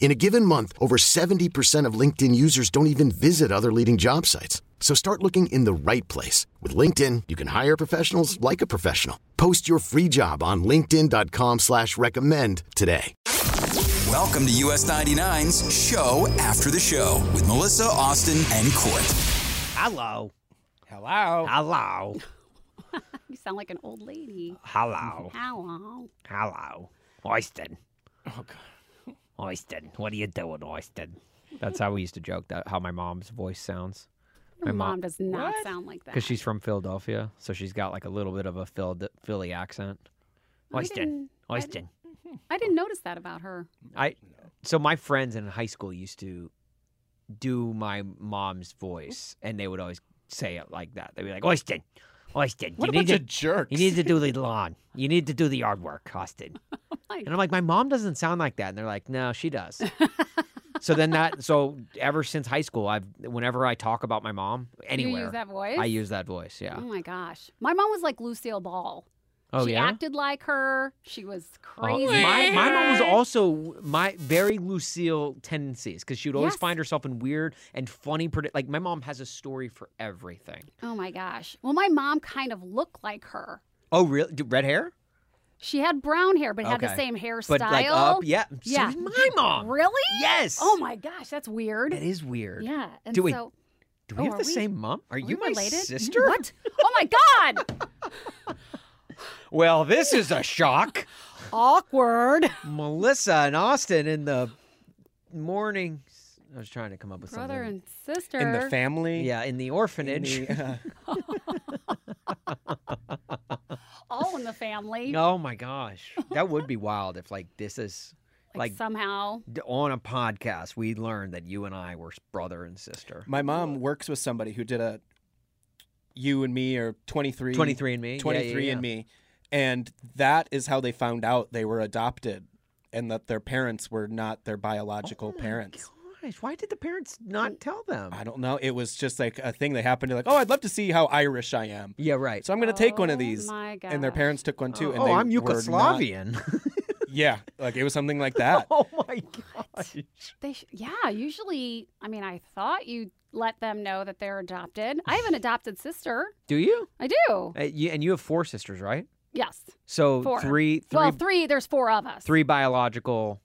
In a given month, over 70% of LinkedIn users don't even visit other leading job sites. So start looking in the right place. With LinkedIn, you can hire professionals like a professional. Post your free job on linkedin.com/recommend slash recommend today. Welcome to US 99's Show After the Show with Melissa, Austin, and Court. Hello. Hello. Hello. You sound like an old lady. Oh. Hello. Hello. Hello. Austin. Oh, God. Austin. What are you doing, Austin? That's how we used to joke that how my mom's voice sounds Your mom- mom, does not sound like that. because she's from Philadelphilia, so she's got like a little bit of a Phil- Philly accent. I Austin. didn't- I Austin. I didn't notice that about her. I so my friends in high school used to do my mom's voice, and they would always say it like that. They'd be like, "Austin, Austin, What you a need bunch to of jerks. you need to do the lawn, you need to do the yard work, Austin." Like, And I'm like, my mom doesn't sound like that. And they're like, no, she does. so then that, so ever since high school, I've, whenever I talk about my mom anywhere, you use that voice? I use that voice. Yeah. Oh my gosh. My mom was like Lucille Ball. Oh, she yeah. acted like her. She was Oh, crazy. my, my mom was also my very Lucille tendencies because she would always Yes. find herself in weird and funny. Predi- like my mom has a story for everything. oh my gosh. Well, my mom kind of looked like her. Oh, really? Red hair? She had brown hair, but had the Okay. same hairstyle. But like up? Yeah. Yeah. So did my mom. Really? Yes. Oh my gosh, that's weird. That is weird. Yeah. And Do we- so Do we Oh, have are the we- same mom? Are, are you we my related? Mm-hmm. sister? What? Oh my god. Well, this is a shock. Awkward. Melissa and Austin in the morning. I was trying to come up with Brother something. and sister. In the family. yeah, in the in orphanage. the, uh, all in the family. oh my gosh, that would be wild if like this is like, like somehow. d- on a podcast we learned that you and I were s- brother and sister. my mom works with somebody who did a you and me or 23 23 and me. 23 and me. And that is how they found out they were adopted and that their parents were not their Oh biological parents. Oh Gosh, why did the parents not tell them? I don't know. It was just like a thing that happened. They're like, oh, I'd love to see how Irish I am. Yeah, right. So I'm going to take one Oh of these. my And their gosh. parents took one too. and oh, they I'm were not- Yugoslavian. Yeah. Like it was something like that. oh my gosh. They sh- yeah, usually, I mean, I thought you let them know that they're adopted. I have an adopted sister. Do you? I do. Uh, you? And you have four sisters, right? Yes. So Four. three, three well, three. There's four of us. three biological,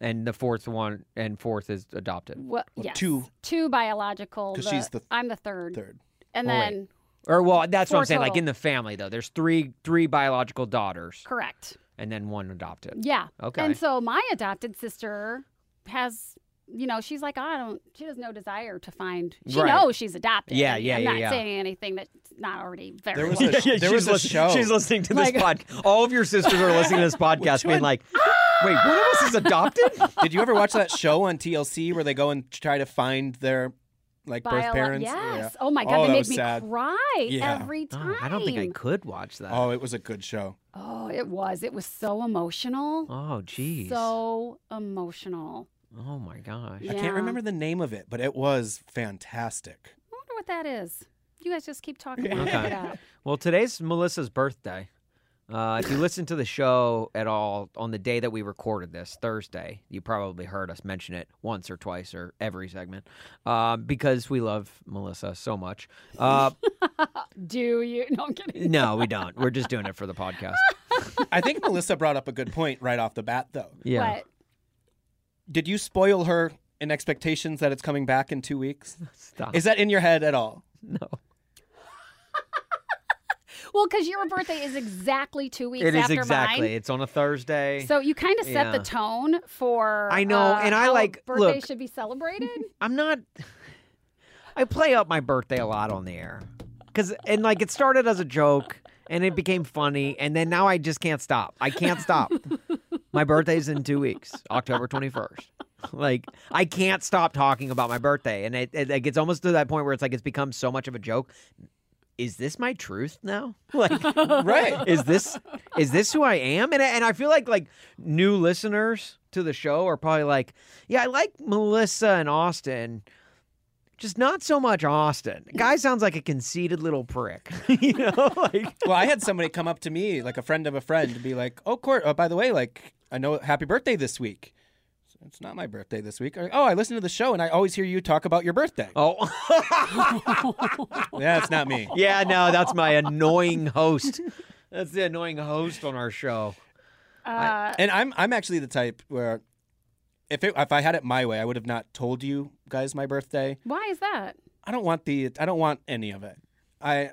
and the fourth one and fourth is adopted. Well, Well, yes. two. Two biological. 'Cause she's the I'm the third. Third. And Oh, wait. then, Or well, that's what Four I'm saying. Like total. in the family though, there's three three biological daughters, correct. and then one adopted. Yeah. Okay. And so my adopted sister has, you know, she's like, I don't, she has no desire to find, she Right. knows she's adopted. Yeah, I mean, yeah, I'm yeah, not yeah. saying anything that's not already very There was well. a sh- there was a show. listening to this podcast. All of your sisters are listening to this podcast, being like, "Wait, one of us is adopted." Did you ever watch that show on TLC where they go and try to find their like Biolo- birth parents? Yes. Yeah. Oh my God, Oh, they that made was me sad. cry Yeah. every time. Oh, I don't think I could watch that. Oh, it was a good show. Oh, it was. It was so emotional. Oh, jeez. So emotional. oh my gosh. Yeah. I can't remember the name of it, but it was fantastic. I wonder what that is. You guys just keep talking. I'll Okay. look it up. Well, today's Melissa's birthday. Uh, if you listen to the show at all on the day that we recorded this, Thursday, you probably heard us mention it once or twice or every segment uh, because we love Melissa so much. Uh, Do you? No, I'm kidding. no, we don't. We're just doing it for the podcast. I think Melissa brought up a good point right off the bat, though. Yeah. But Did you spoil her in expectations that it's coming back in Uh-huh. two weeks? Stop. Is that in your head at all? no. Well, because your birthday is exactly two weeks It is after exactly. mine. It's on a Thursday. So you kind of set the Yeah. tone for I know, uh, and I how like- birthday look. should be celebrated. I'm not. I play up my birthday a lot on the air, cause and like it started as a joke and it became funny, and then now I just can't stop. I can't stop. my birthday's in two weeks, October 21st. Like I can't stop talking about my birthday, and it, it like it's almost to that point where it's like it's become so much of a joke. Is this my truth now? Like right. is this is this who I am? And I- and I feel like like new listeners to the show are probably like, yeah, I like Melissa and Austin, just not so much Austin. Guy sounds like a conceited little prick, you know? Like, Well, I had somebody come up to me, like a friend of a friend, and be like, "Oh, Court. Oh, by the way, like, I know happy birthday this week. It's not my birthday this week. Oh, I listen to the show, and I always hear you talk about your birthday. oh, Yeah, it's not me. yeah, no, that's my annoying host. That's the annoying host on our show. Uh, And I'm I'm actually the type where, if it, if I had it my way, I would have not told you guys my birthday. why is that? I don't want the I don't want any of it. I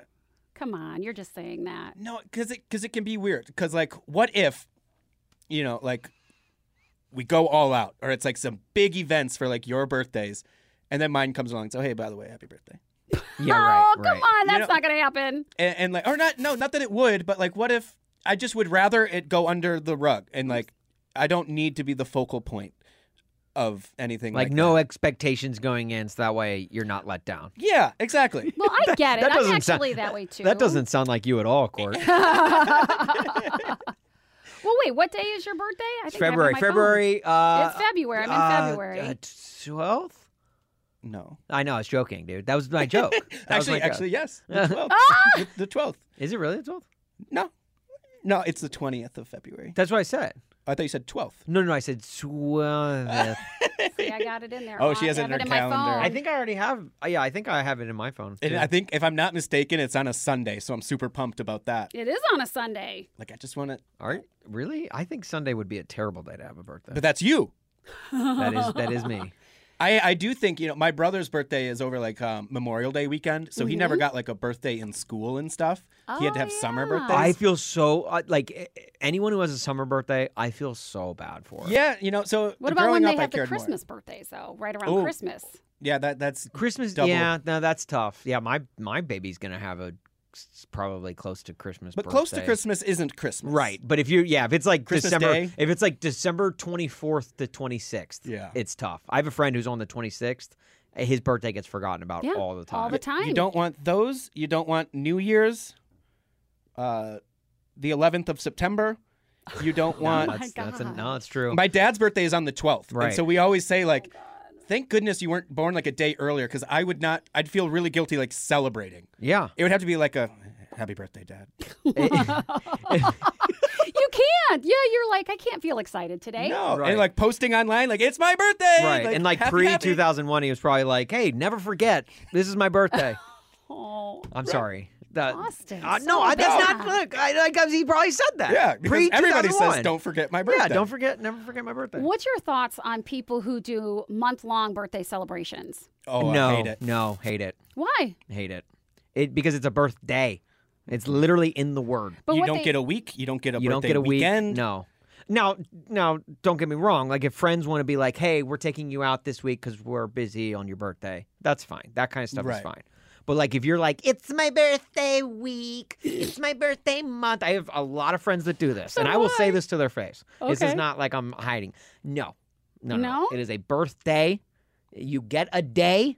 Come on, you're just saying that. No, because it because it can be weird. Because like, what if, you know, like, we go all out, or it's like some big events for like your birthdays, and then mine comes along. So hey, by the way, happy birthday. Yeah, oh, right, come right. on, that's know- not gonna happen. And, and like, or not, no, not that it would, but like, what if I just would rather it go under the rug, and like, I don't need to be the focal point of anything. Like, Like no that. expectations going in, so that way you're not let down. Yeah, exactly. Well, I get it. that I'm doesn't sound- actually that way too. That doesn't sound like you at all, Court. Well, wait, what day is your birthday? I It's think I have it on February. my February. Uh, phone. It's February. I'm in February. Twelfth. No, I know. I was joking, dude. That was my joke. That was my actually, joke. Ah! actually, yes, the twelfth. the twelfth. is it really the twelfth? No, no, it's the twentieth of February. That's what I said. I thought you said twelfth. No, no, I said twelfth. See, I got it in there. Oh, she I has it have in her in my calendar. phone. I think I already have. uh, yeah, I think I have it in my phone. And too. I think, if I'm not mistaken, it's on a Sunday, so I'm super pumped about that. it is on a Sunday. Like, I just want to. Are really? I think Sunday would be a terrible day to have a birthday. But that's you. that is that is me. I, I do think you know my brother's birthday is over like um, Memorial Day weekend, so he Mm-hmm. never got like a birthday in school and stuff. he had to Oh, have summer yeah. birthdays. I feel so uh, like eh, eh, anyone who has a summer birthday. I feel so bad for. yeah, you know. So What about when growing they up, I have the cared more. Christmas birthdays though? Right around Oh. Christmas. Yeah, that that's Christmas. Double. Yeah, no, that's tough. Yeah, my my baby's gonna have a s- probably close to Christmas. but close to birthday. Christmas isn't Christmas, Right, but if you yeah, if it's like Christmas December, Day? if it's like December twenty fourth to twenty sixth, Yeah. it's tough. I have a friend who's on the twenty sixth. His birthday gets forgotten about Yeah, all the time. All the time. You don't want those. You don't want New Year's, uh, the 11th of September. You don't No, want that's, Oh My that's a, no, God. that's true. My dad's birthday is on the 12th. Right. And so we always say, like, thank goodness you weren't born like a day earlier because I would not, I'd feel really guilty like celebrating. yeah, It would have to be like a happy birthday, dad. You can't. Yeah, you're like, I can't feel excited today. No. Right. And like posting online, like, it's my birthday. right. and like happy, pre happy. two thousand one, he was probably like, "Hey, never forget, this is my birthday." Oh. I'm sorry. That, Austin, Uh, so no, I, that's bad. not. Look, I, like I- he probably said that. Yeah. Because pre everybody says, don't forget my birthday. Yeah, don't forget, never forget my birthday. What's your thoughts on people who do month long birthday celebrations? Oh, no, I hate it. no, hate it, Why? hate it, it because it's a birthday. It's literally in the word. But you what don't they- get a week. You don't get a you don't birthday get a weekend. week. No. Now, now, don't get me wrong. Like, if friends want to be like, "Hey, we're taking you out this week because we're busy on your birthday," that's fine. That kind of stuff is Right. fine. But like, if you're like, "It's my birthday week. It's my birthday month," I have a lot of friends that do this, and I will say this to their face. This is Okay. not like I'm hiding. No, no, no, No? It is a birthday. You get a day,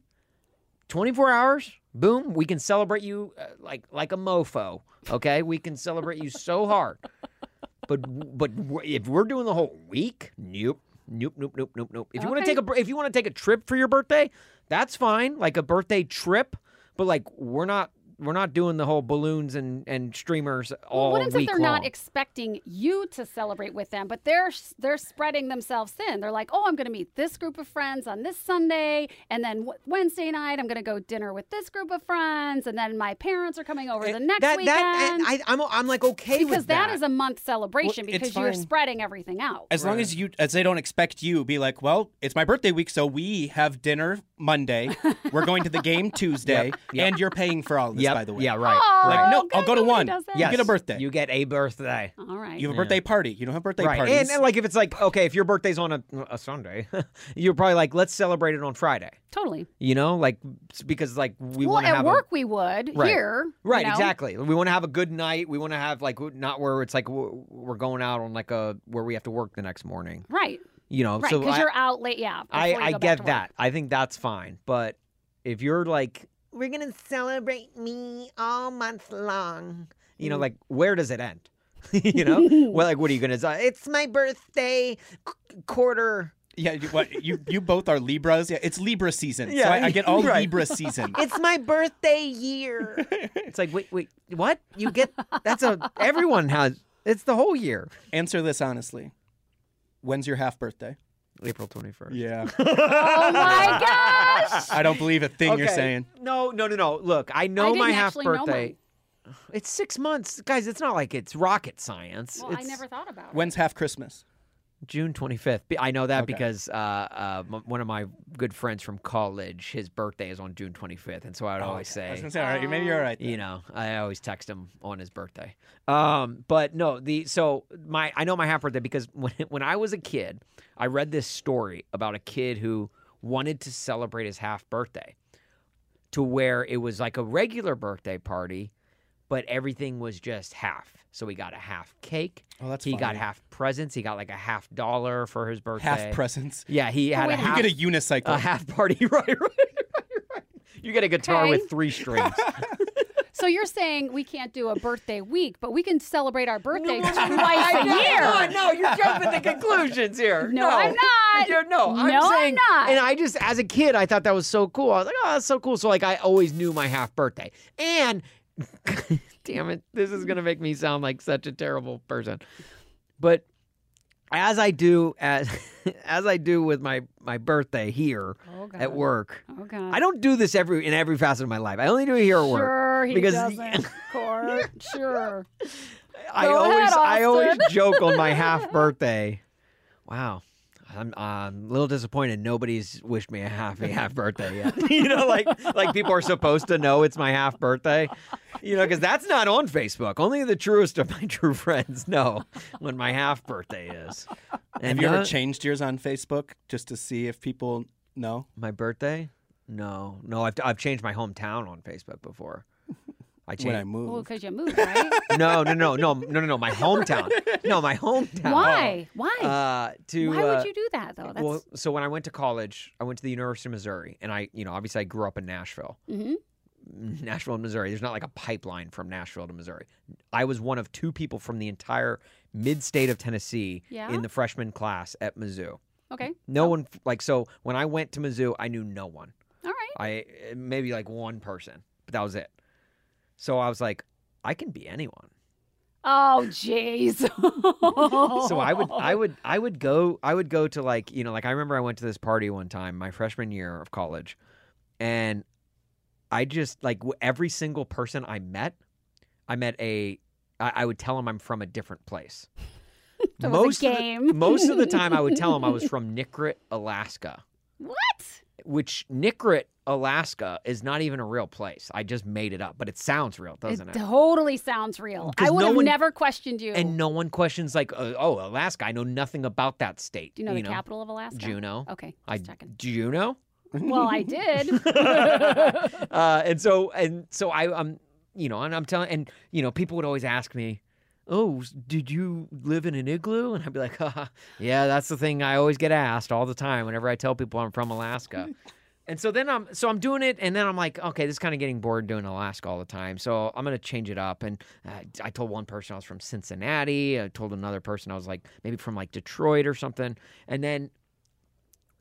24 hours. Boom, we can celebrate you uh, like like a mofo. Okay, we can celebrate you so hard. But but w- if we're doing the whole week, nope, nope, nope, nope, nope, nope. If you want to Okay. take a br- if you want to take a trip for your birthday, that's fine, like a birthday trip. But like we're not we're not doing the whole balloons and and streamers all what if week they're long. not expecting you to celebrate with them, but they're they're spreading themselves thin. They're like, oh, I'm going to meet this group of friends on this Sunday, and then w- Wednesday night I'm going to go dinner with this group of friends, and then my parents are coming over the next Eh, that weekend. that and I, I'm I'm like okay because with that. that is a month celebration Well, it's because you're fine. spreading everything out. As long as you, as they don't expect you, be like, well, it's my birthday week, so we have dinner Monday. We're going to the game Tuesday, yep. and you're paying for all of this, Yep. by the way. Yeah, right. Oh, Like, no, I'll good go to thing he one. does that. You Yes. get a birthday. You get a birthday. All right. You have a birthday party. You don't have birthday Right. parties. And, uh, and like if it's like okay, if your birthday's on a, a Sunday, you're probably like let's celebrate it on Friday. totally. You know, like s- because like we well, want to at have a- work we would Right. here. you Right, know? exactly. We want to have a good night. We want to have like w- not where it's like w- we're going out on like a where we have to work the next morning. Right, You know, right. so Because I, you're out late. Yeah. I, before you I go back to get work. that. I think that's fine. But if you're like, we're gonna celebrate me all month long, you Mm. know, like where does it end? you know, well, like what are you gonna say? It's my birthday qu- quarter. yeah, you, what, you you both are Libras. Yeah, it's Libra season. so Yeah, I, I get all right. Libra season. It's my birthday year. it's like wait, wait, what? You get that's a everyone has. It's the whole year. Answer this honestly. When's your half birthday? April twenty first. Yeah. Oh my gosh! I don't believe a thing you're saying. No, no, no, no. Look, I know I my didn't half actually know mine. birthday. It's six months, guys. It's not like it's rocket science. Well, I it's never thought about it. When's half Christmas? June twenty fifth. I know that Okay. because uh, uh, m- one of my good friends from college, his birthday is on June twenty fifth, and so Oh, I would always Oh, I was say, gonna say, all right, maybe you're all right. you then. know, I always text him on his birthday. Um, but no, the so my I know my half birthday because when when I was a kid, I read this story about a kid who wanted to celebrate his half birthday, to where it was like a regular birthday party, but everything was just half. So he got a half cake. Oh, that's he got funny. half presents. He got like a half dollar for his birthday. half presents. Yeah, he had wait, a you half You get a unicycle. a half party. right, right, right, right. You get a guitar Okay. with three strings. So you're saying we can't do a birthday week, but we can celebrate our birthday twice a year. No, no, you're jumping to conclusions here. No, I'm not. You're- no, I'm No, I'm saying, not. And I just, as a kid, I thought that was so cool. I was like, oh, that's so cool. So, like, I always knew my half birthday. And, damn it, this is going to make me sound like such a terrible person. But as I do, as as I do with my my birthday here Oh, God. at work, Oh God. I don't do this every in every facet of my life. I only do it here at work. Sure, he because- doesn't. Court. Sure. I Go always ahead, I always Austin. joke on my half birthday. Wow. I'm um, a little disappointed. Nobody's wished me a happy half birthday yet. you know, like like people are supposed to know it's my half birthday. You know, because that's not on Facebook. Only the truest of my true friends know when my half birthday is. And Have you ever no- changed yours on Facebook just to see if people know? my birthday? No, no. I've I've changed my hometown on Facebook before. I when I changed. moved. Well, because you moved, right? No, no, no, no, no, no, no. My hometown. No, my hometown. Why? Why? Uh, to Why uh, would you do that though? That's Well, so when I went to college, I went to the University of Missouri, and I, you know, obviously I grew up in Nashville, Mhm. Nashville and Missouri. There's not like a pipeline from Nashville to Missouri. I was one of two people from the entire mid-state of Tennessee Yeah? Oh. in the freshman class at Mizzou. okay. No one like so when I went to Mizzou, I knew no one. All right. I maybe like one person, but that was it. So I was like, I can be anyone. Oh, jeez. so I would I would I would go I would go to like you know like I remember I went to this party one time my freshman year of college and I just like w- every single person I met I met a I, I would tell them I'm from a different place. So it was a Of the, game. most of the time I would tell them I was from Nikrit, Alaska, What? which Nikrit, Alaska is not even a real place. I just made it up, but it sounds real, doesn't it? It totally sounds real. 'Cause I would no have one- never questioned you. And no one questions like, uh, oh, Alaska, I know nothing about that state. do you know the capital of Alaska? Juneau. Okay. Just I checking. do you know? Well, I did. uh, and so and so I um you know and I'm telling and you know people would always ask me, oh s- did you live in an igloo? And I'd be like, Haha, yeah, that's the thing I always get asked all the time whenever I tell people I'm from Alaska. And so then I'm so I'm doing it, and then I'm like, okay, this is kind of getting bored doing Alaska all the time. So I'm gonna change it up. And uh, I told one person I was from Cincinnati. I told another person I was like maybe from like Detroit or something. And then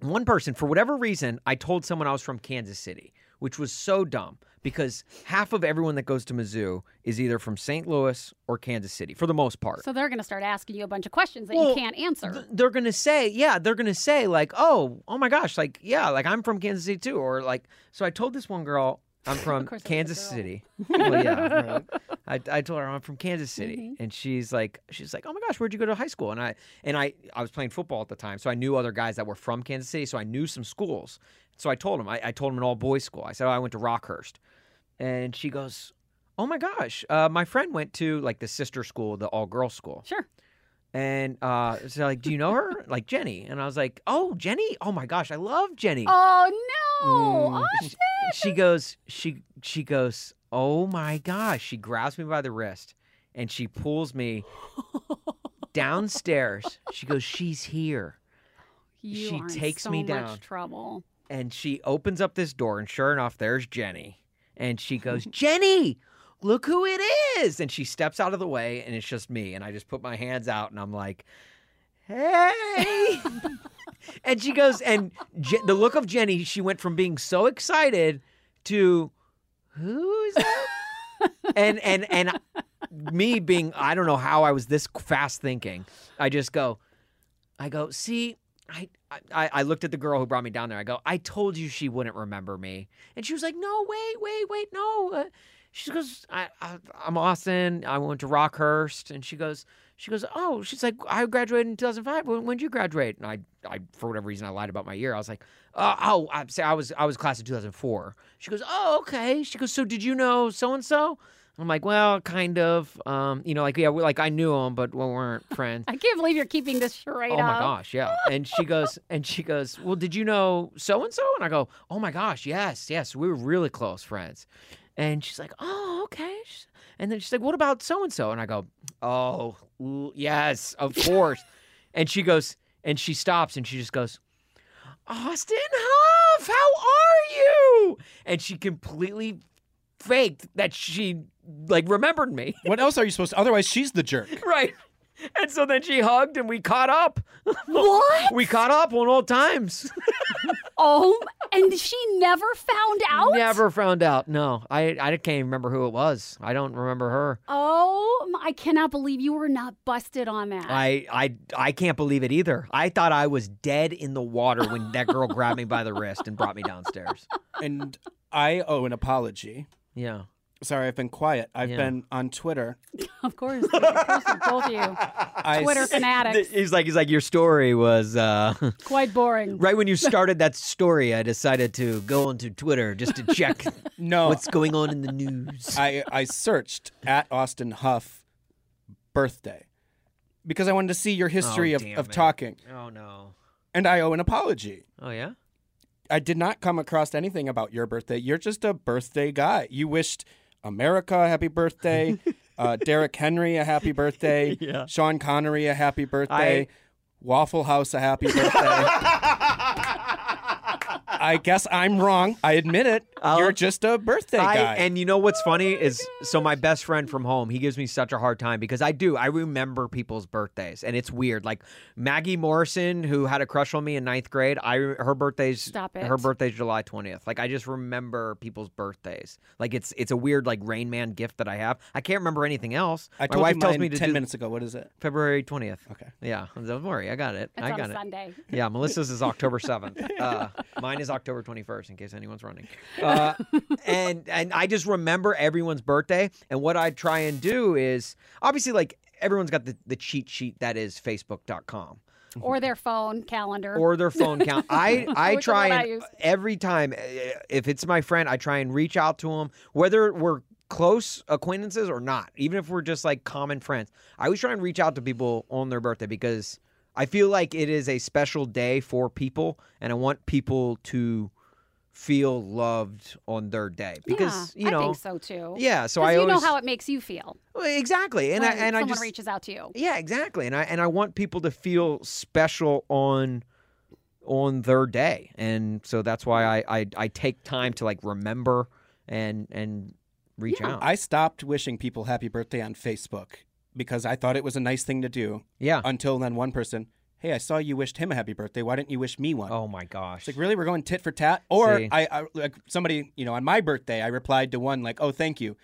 one person, for whatever reason, I told someone I was from Kansas City, which was so dumb because half of everyone that goes to Mizzou is either from St. Louis or Kansas City for the most part. so they're going to start asking you a bunch of questions that Well, you can't answer. Th- they're gonna say, yeah, they're gonna say like, oh, oh my gosh, like yeah, like I'm from Kansas City too, or like. So I told this one girl, I'm from course it was a Kansas girl. City. Well, yeah, I, I told her I'm from Kansas City, and she's like, she's like, oh my gosh, where'd you go to high school? And I and I I was playing football at the time, so I knew other guys that were from Kansas City, so I knew some schools. So I told him, I, I told him an all boys school. I said, oh, I went to Rockhurst, and she goes, oh my gosh, uh, my friend went to like the sister school, the all girls school. Sure. And uh, so like, do you know her? like Jenny. And I was like, oh, Jenny. Oh my gosh, I love Jenny. Oh no! Mm. Oh, She- she goes, she she goes, oh my gosh. She grabs me by the wrist and she pulls me downstairs. She goes, she's here. You She are in takes so me much down. Trouble. And she opens up this door, and sure enough, there's Jenny. And she goes, Jenny, look who it is. And she steps out of the way, and it's just me. And I just put my hands out, and I'm like, hey. and she goes, and Je- the look of Jenny, she went from being so excited to, who is that? and and and me being I don't know how I was this fast thinking. I just go, I go, see, I, I I looked at the girl who brought me down there. I go, I told you she wouldn't remember me, and she was like, no, wait, wait, wait, no. Uh, she goes, I, I I'm Austin. I went to Rockhurst, and she goes. She goes, oh, she's like, I graduated in 2005. When when did you graduate? And I, I, for whatever reason, I lied about my year. I was like, uh, oh, I say I was, I was class of 2004. She goes, oh, okay. She goes, so did you know so and so? I'm like, well, kind of. Um, you know, like yeah, we, like I knew him, but we weren't friends. I can't believe you're keeping this charade Oh my up. gosh, yeah. And she goes, and she goes, well, did you know so and so? And I go, oh my gosh, yes, yes, we were really close friends. And she's like, oh, okay. She's- And then she's like, what about so and so? And I go, oh, ooh, yes, of course. and she goes, and she stops, and she just goes, Austin Huff, how are you? And she completely faked that she like remembered me. What else are you supposed to? Otherwise, she's the jerk. Right. And so then she hugged and we caught up. What? we caught up on old times. Oh, and she never found out. Never found out. No, I I can't even remember who it was. I don't remember her. Oh, my- I cannot believe you were not busted on that. I I I can't believe it either. I thought I was dead in the water when that girl grabbed me by the wrist and brought me downstairs. And I owe an apology. Yeah. Sorry, I've been quiet. I've Yeah. been on Twitter. of course, of course, both of you, I Twitter s- fanatics, He's like he's like your story was uh, quite boring. right when you started that story. I decided to go onto Twitter just to check No, what's going on in the news. Oh. I, I searched at Austin Huff birthday because I wanted to see your history Oh, of, damn of it. talking. Oh no. And I owe an apology. Oh yeah. I did not come across anything about your birthday. You're just a birthday guy. You wished America a happy birthday, uh, Derek Henry a happy birthday, Sean Connery a happy birthday, Waffle House a happy birthday. I guess I'm wrong. I admit it. I'll- You're just a birthday I- guy. and you know what's funny is so my best friend from home, he gives me such a hard time because I do. I remember people's birthdays, and it's weird. Like Maggie Morrison, who had a crush on me in ninth grade, I her birthday's Stop it. her birthday's July twentieth. Like I just remember people's birthdays. Like it's it's a weird like Rain Man gift that I have. I can't remember anything else. I my told wife you tells mine me to 10 do minutes ago. What is it? February twentieth. Okay. Yeah, don't worry, I got it. It's I on got it. Sunday. Yeah, Melissa's is October 7th. Uh, mine is October 21st, in case anyone's running. Uh, and and I just remember everyone's birthday. And what I try and do is obviously like everyone's got the, the cheat sheet that is Facebook.com Or their phone calendar. Mm-hmm. or their phone count. I I Which is try what I and use. every time eh, if it's my friend, I try and reach out to him, whether we're close acquaintances or not, even if we're just like common friends. I always try and reach out to people on their birthday because I feel like it is a special day for people, and I want people to feel loved on their day because yeah, you know. I think so too. Yeah, so 'Cause I you always know how it makes you feel Well, exactly, and I when and I someone just reaches out to you. yeah, exactly. And I and I want people to feel special on on their day. And so that's why I I, I take time to like remember and and reach out. I stopped wishing people happy birthday on Facebook because I thought it was a nice thing to do yeah. until then one person, hey, I saw you wished him a happy birthday. Why didn't you wish me one? oh my gosh. It's like really, we're going tit for tat. Or See. I, I like somebody, you know, on my birthday, I replied to one like, "Oh, thank you,"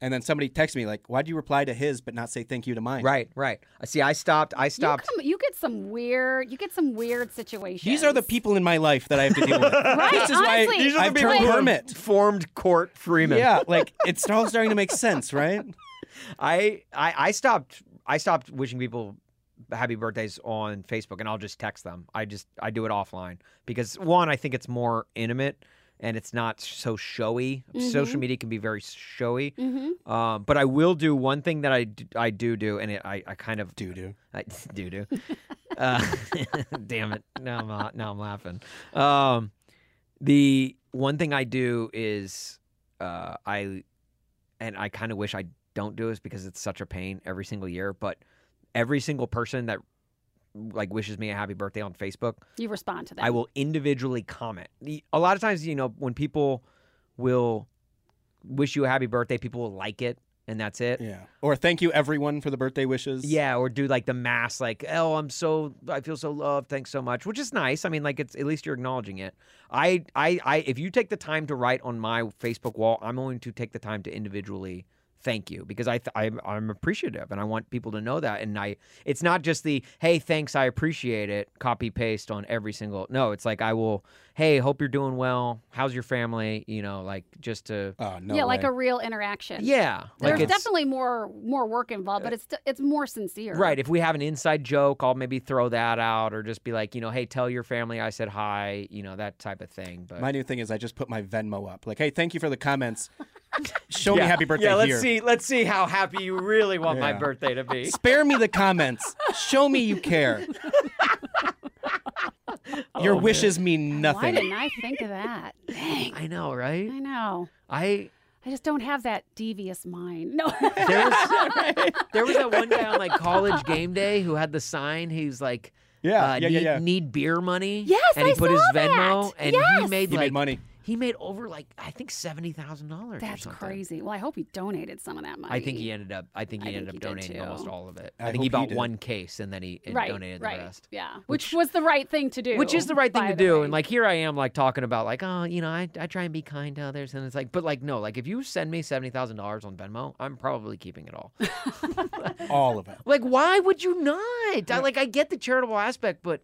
And then somebody texted me like, "Why do you reply to his but not say thank you to mine?" Right, right. I See, I stopped. I You, stopped. come, you get some weird. You get some weird situations. These are the people in my life that I have to deal with. Right, this is why honestly, These are the I've people turned who are- hermit. Formed court Freeman. Yeah, like it's all starting to make sense, right? I, I I stopped I stopped wishing people happy birthdays on Facebook and I'll just text them. I just I do it offline because one I think it's more intimate and it's not so showy. Social media can be very showy. hmm Um, but I will do one thing that I d- I do do and it, I I kind of Doo doo. I do do. Uh, damn it! Now I'm uh, now I'm laughing. Um, the one thing I do is uh, I, and I kind of wish I don't do this because it's such a pain every single year. But every single person that like wishes me a happy birthday on Facebook, You respond to them. I will individually comment. The- A lot of times, you know, when people will wish you a happy birthday, people will like it, and that's it. Yeah. Or thank you everyone for the birthday wishes. Yeah, or do like the mass, like, oh, I'm so, I feel so loved, thanks so much, which is nice. I mean, like, it's at least you're acknowledging it. I, I, I, if you take the time to write on my Facebook wall, I'm going to take the time to individually thank you because I, th- I'm, I'm appreciative and I want people to know that. And I, it's not just the, hey, thanks, I appreciate it, copy paste on every single, no, it's like, I will, hey, hope you're doing well. How's your family? You know, like, just to, Oh no. yeah, like way. a real interaction. yeah. There's like it's, definitely more more work involved, but it's it's more sincere. Right. If we have an inside joke, I'll maybe throw that out or just be like, you know, hey, tell your family I said hi, you know, that type of thing. But My new thing is I just put my Venmo up. Like, hey, thank you for the comments. Show me happy birthday Yeah, let's here. see let's see how happy you really want my Yeah. birthday to be. Spare me the comments. Show me you care. Oh, Your wishes mean Why nothing. didn't I think of that? Dang. I know, right? I know. I I just don't have that devious mind. No. there was there was that one guy on like college game day who had the sign, he's like Yeah, uh, yeah, yeah, need, yeah. need beer money. Yes, and he I put his saw that. Venmo and he Yes. made He made like money. He made over like I think seventy thousand dollars. That's crazy. Well, I hope he donated some of that money. I think he ended up. I think I he think ended he up did donating too. almost all of it. I I, think he hope he bought did. one case and then he and right, donated right. the rest. Yeah, Which- which, was the right thing to do. Which is the right thing by to the do. way. And like here I am like talking about like, oh, you know, I, I try and be kind to others and it's like but like no, like if you send me seventy thousand dollars on Venmo, I'm probably keeping it all. All of it. like why would you not? I, like I get the charitable aspect, but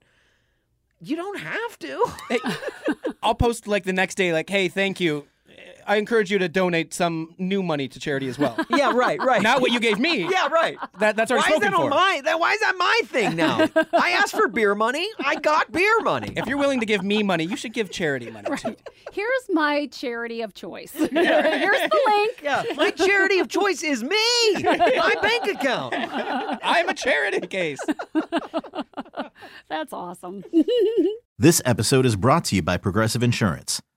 you don't have to. I'll post like the next day, like, hey, thank you. I encourage you to donate some new money to charity as well. yeah, right, right. Not what you gave me. yeah, right. That, that's already Why is spoken that on for. my that why is that my thing now? I asked for beer money. I got beer money. If you're willing to give me money, you should give charity money too. here's my charity of choice. here's the link. Yeah, my charity of choice is me, my bank account. I'm a charity case. That's awesome. This episode is brought to you by Progressive Insurance.